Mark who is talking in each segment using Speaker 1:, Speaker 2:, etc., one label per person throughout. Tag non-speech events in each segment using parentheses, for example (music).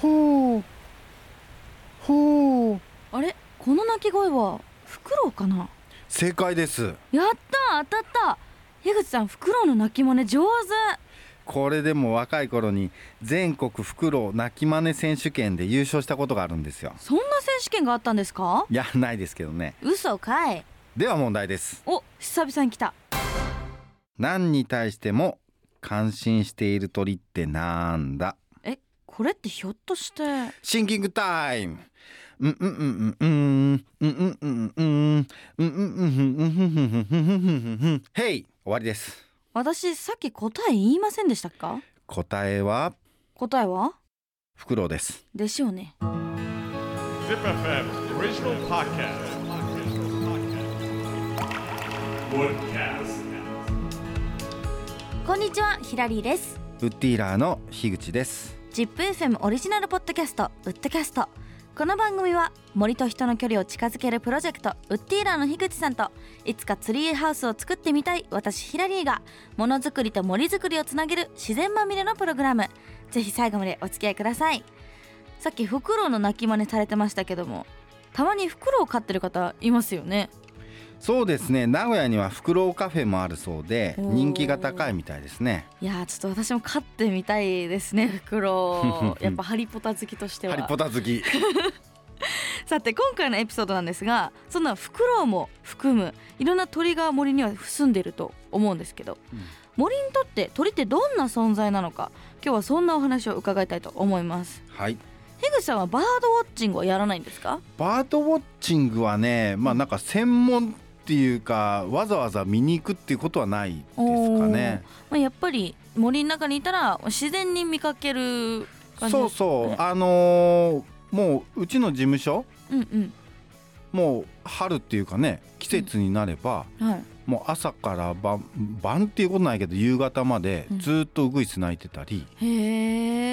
Speaker 1: ほうほう
Speaker 2: あれこの鳴き声はフクロウかな
Speaker 3: 正解です
Speaker 2: やった当たった樋口さんフクロウの鳴き真似上
Speaker 3: これでも若い頃に全国フクロウ鳴き真似選手権で優勝したことがあるんですよ
Speaker 2: 手そんな選手権があったんですか
Speaker 3: いやないですけどね
Speaker 2: 嘘かい
Speaker 3: では問題です
Speaker 2: お久々に来た
Speaker 3: 何に対しても感心している鳥ってなんだ
Speaker 2: えこれってひょっとして
Speaker 3: シンキングタイムうんうんうんうんうんうんうんうんうんうんうんうんうんうんうんうんうんヘイ終わりです
Speaker 2: 私さっき答え言いませんでしたか
Speaker 3: 答えは
Speaker 2: 答えは
Speaker 3: フクロウです
Speaker 2: でしょうね
Speaker 4: Zip FM original podcast. Woodcast.
Speaker 2: こんにちはヒラリーです
Speaker 3: ウッディーラーの樋口です
Speaker 2: ジップ FM オリジナルポッドキャストウッドキャストこの番組は森と人の距離を近づけるプロジェクトウッディーラーの樋口さんといつかツリーハウスを作ってみたい私ヒラリーがものづくりと森づくりをつなげる自然まみれのプログラムぜひ最後までお付き合いくださいさっきフクロウの鳴き真似されてましたけどもたまにフクロウ飼ってる方いますよね
Speaker 3: そうですね名古屋にはフクロウカフェもあるそうで
Speaker 2: おー
Speaker 3: 人気が高いみたいですね
Speaker 2: いやーちょっと私も飼ってみたいですねフク
Speaker 3: (laughs)
Speaker 2: ロウやっぱハリポタ好きとしては
Speaker 3: ハリポタ好き (laughs)
Speaker 2: さて今回のエピソードなんですがそんなフクロウも含むいろんな鳥が森には住んでると思うんですけど、
Speaker 3: うん
Speaker 2: 森にとって鳥ってどんな存在なのか今日はそんなお話を伺いたいと思います
Speaker 3: はい
Speaker 2: 樋口さんはバードウォッチングはやらないんですか
Speaker 3: バードウォッチングはねまあなんか専門っていうかわざわざ見に行くっていうことはないですかね
Speaker 2: まあ、やっぱり森の中にいたら自然に見かける感じ
Speaker 3: そうそう、
Speaker 2: うん
Speaker 3: あのーもううちの事務所
Speaker 2: うん
Speaker 3: もう春っていうかね季節になれば、
Speaker 2: うんはい
Speaker 3: もう朝から晩晩っていうことないけど夕方まで
Speaker 2: うん
Speaker 3: ずっとウグイス鳴いてたり、
Speaker 2: へ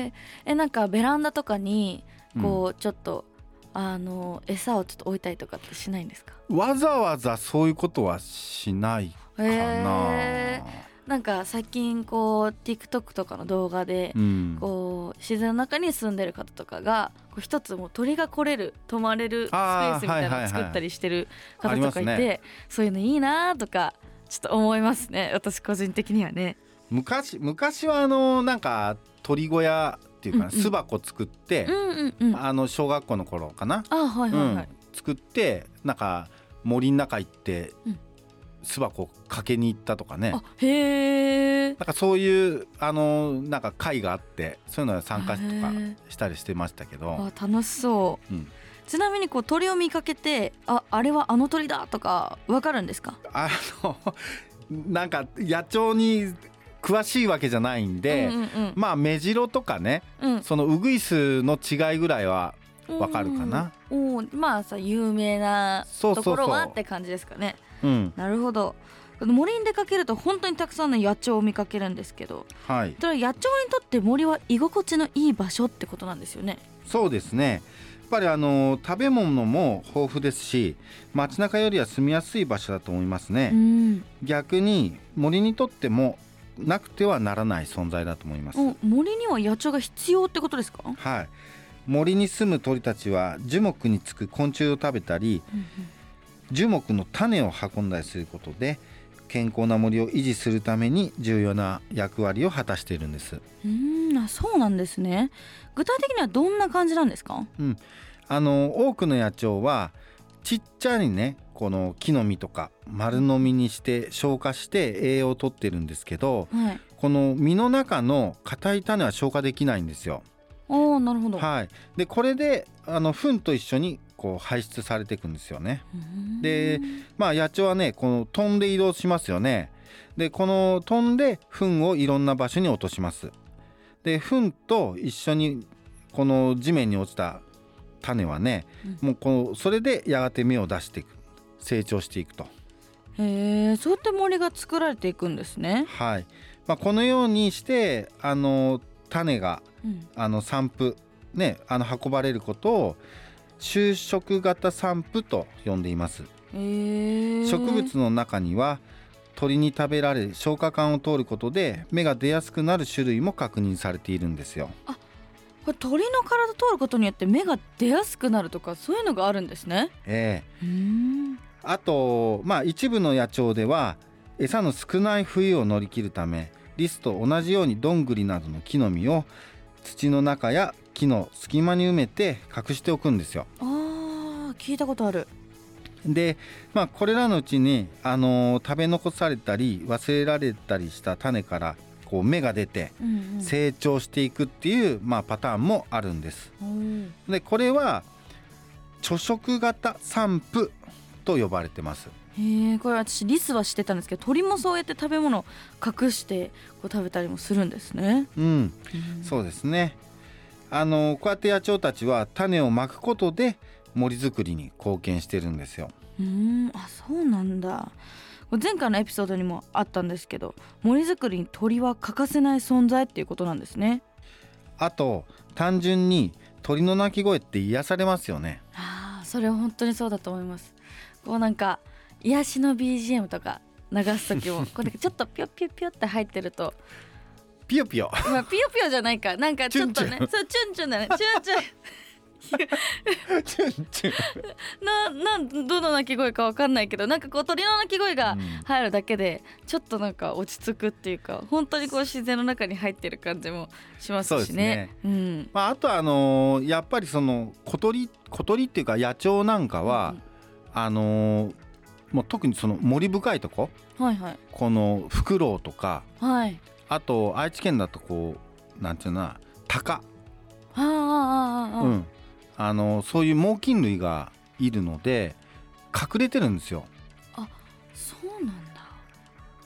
Speaker 2: ーえなんかベランダとかに
Speaker 3: うん
Speaker 2: こうちょっと、あの餌をちょっと置いたりとかってしないんですか
Speaker 3: わざわざそういうことはしないかな、
Speaker 2: へなんか最近こう TikTok とかの動画で、
Speaker 3: うん、
Speaker 2: こう自然の中に住んでる方とかがこう一つもう鳥が来れる泊まれるスペ
Speaker 3: あー
Speaker 2: ースみたいなのを
Speaker 3: はいはいはい
Speaker 2: 作ったりしてる方とかいて、
Speaker 3: ありますね
Speaker 2: そういうのいいなとかちょっと思いますね私個人的にはね。
Speaker 3: 昔昔はあのなんか鳥小屋っていうか
Speaker 2: う
Speaker 3: な、
Speaker 2: んうん
Speaker 3: 巣箱作って
Speaker 2: う、んうんうん、あ
Speaker 3: あの小学校の頃かな、
Speaker 2: はいはいはい。
Speaker 3: うん、作ってなんか森の中行って、
Speaker 2: うん
Speaker 3: 巣箱かけに行ったとかね
Speaker 2: あへえ。
Speaker 3: なんかそういうあのなんか会があってそういうのは参加とかしたりしてましたけど
Speaker 2: あ楽しそう、
Speaker 3: うん
Speaker 2: ちなみにこう鳥を見かけてああれはあの鳥だとかわかるんですか
Speaker 3: あの (laughs) なんか野鳥に詳しいわけじゃないんで、
Speaker 2: うんうん
Speaker 3: まあメジロとかね
Speaker 2: うん
Speaker 3: そのウグイスの違いぐらいは
Speaker 2: うん
Speaker 3: わかるかな。
Speaker 2: おーまあさ有名な
Speaker 3: そうそ
Speaker 2: と
Speaker 3: うそう
Speaker 2: ころはって感じですかね。
Speaker 3: うん
Speaker 2: なるほど。森に出かけると本当にたくさんの野鳥を見かけるんですけど、
Speaker 3: はい
Speaker 2: それは野鳥にとって森は居心地のいい場所ってことなんですよね。
Speaker 3: そうですねやっぱりあの食べ物も豊富ですし街中よりは住みやすい場所だと思いますね、
Speaker 2: うん。
Speaker 3: 逆に森にとってもなくてはならない存在だと思います、
Speaker 2: お森には野鳥が必要ってことですか？
Speaker 3: はい森に住む鳥たちは樹木につく昆虫を食べたり樹木の種を運んだりすることで健康な森を維持するために重要な役割を果たしているんです
Speaker 2: うん、あ、そうなんですね。具体的にはどんな感じなんですか？
Speaker 3: あの多くの野鳥はちっちゃいねこの木の実とか丸飲みにして消化して栄養をとってるんですけど
Speaker 2: はい。
Speaker 3: この実の中の硬い種は消化できないんですよ。
Speaker 2: おお、なるほど。
Speaker 3: はい、でこれであの糞と一緒にこう排出されていくんですよね。
Speaker 2: うん
Speaker 3: でまあ野鳥はねこの飛んで移動しますよね。でこの飛んで糞をいろんな場所に落とします。で糞と一緒にこの地面に落ちた種はね、もうこのそれでやがて芽を出していく成長していくと。
Speaker 2: へえ、そうやって森が作られていくんですね。
Speaker 3: はいまあ、このようにしてあの種が
Speaker 2: うん。
Speaker 3: あの散布ねあの運ばれることを就職型散布と呼んでいます。
Speaker 2: へえ。
Speaker 3: 植物の中には鳥に食べられ消化管を通ることで芽が出やすくなる種類も確認されているんですよ。
Speaker 2: これ鳥の体通ることによって目が出やすくなるとかそういうのがあるんですね
Speaker 3: ええ
Speaker 2: うん
Speaker 3: あとまあ一部の野鳥では餌の少ない冬を乗り切るためリスと同じようにどんぐりなどの木の実を土の中や木の隙間に埋めて隠しておくんですよ。
Speaker 2: あー聞いたことある
Speaker 3: で、まあ、これらのうちに、あのー食べ残されたり忘れられたりした種からこう芽が出て
Speaker 2: うん
Speaker 3: 成長していくっていう、まあ、パターンもあるんです。
Speaker 2: うん
Speaker 3: でこれは貯食型散布と呼ばれてます。
Speaker 2: へえこれ私リスはしてたんですけど鳥もそうやって食べ物を隠してこう食べたりもするんですね。
Speaker 3: うん、そうですね。あのこうやって野鳥たちは種をまくことで森づくりに貢献してるんですよ。
Speaker 2: うんあそうなんだこれ前回のエピソードにもあったんですけど森作りに鳥は欠かせない存在っていうことなんですね。
Speaker 3: あと単純に鳥の鳴き声って癒されますよね。
Speaker 2: ああそれは本当にそうだと思います。こうなんか癒しの BGM とか流す時
Speaker 3: (laughs)
Speaker 2: もこうなんかちょっとピョピョピョって入ってると
Speaker 3: ピヨピヨ。
Speaker 2: まあピヨピヨじゃないかなんかちょっとね
Speaker 3: チュン
Speaker 2: そうチュンチュンだねチュンチュン。
Speaker 3: チュンチュン
Speaker 2: ななんどの鳴き声かわかんないけどなんかこう鳥の鳴き声が
Speaker 3: うん
Speaker 2: 入るだけでちょっとなんか落ち着くっていうか本当にこう自然の中に入ってる感じもします
Speaker 3: そうで
Speaker 2: し
Speaker 3: す
Speaker 2: ね
Speaker 3: ね。
Speaker 2: うん
Speaker 3: まあ、あとはあのーやっぱりその小鳥小鳥っていうか野鳥なんかは、あのーもう特にその森深いとこ
Speaker 2: はいはい
Speaker 3: このフクロウとか
Speaker 2: はい
Speaker 3: あと愛知県だとこうなんていうのかなタカ、
Speaker 2: ああああああ
Speaker 3: う
Speaker 2: ああ
Speaker 3: んあのーそういう猛禽類がいるので隠れてるんですよ。
Speaker 2: そうなん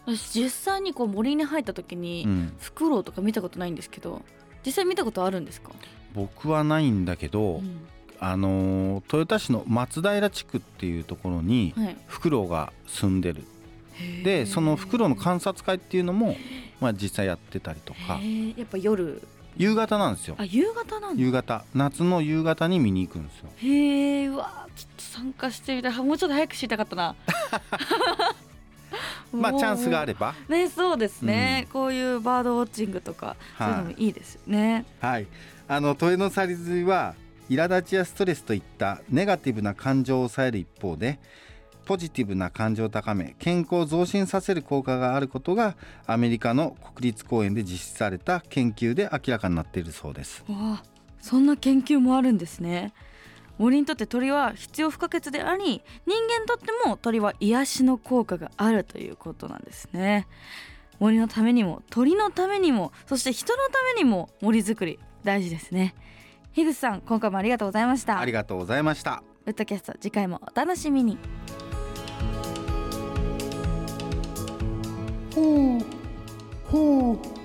Speaker 2: だ私実際にこう森に入った時
Speaker 3: う
Speaker 2: に
Speaker 3: ん、
Speaker 2: フクロウとか見たことないんですけど実際見たことあるんですか、
Speaker 3: 僕はないんだけど、
Speaker 2: うん
Speaker 3: あのー豊田市の松平地区っていうところに
Speaker 2: はい、
Speaker 3: フクロウが住んでるでそのフクロウの観察会っていうのも、まあ、実際やってたりと
Speaker 2: か
Speaker 3: か
Speaker 2: やっぱ夜
Speaker 3: 夕方なんですよ
Speaker 2: あ夕方なんだ
Speaker 3: 夕方夏の夕方に見に行くんですよ
Speaker 2: へえわあちょっと参加してみたいもうちょっと早く知りたかったな
Speaker 3: (laughs) まあチャンスがあ
Speaker 2: れ
Speaker 3: れば
Speaker 2: ねそうですね、こういうバードウォッチングとか、そういうのも
Speaker 3: はい
Speaker 2: いですよね
Speaker 3: い、はい、あのトイノサリズは苛立ちやストレスといったネガティブな感情を抑える一方でポジティブな感情を高め健康を増進させる効果があることがアメリカの国立公園で実施された研究で明らかになっているそうです
Speaker 2: わあそんな研究もあるんですね森にとって鳥は必要不可欠であり人間にとっても鳥は癒しの効果があるということなんですね森のためにも鳥のためにもそして人のためにも森づくり大事ですね樋口さん今回もありがとうございました
Speaker 3: ありがとうございました
Speaker 2: ウッドキャスト次回もお楽しみに
Speaker 1: ほうほう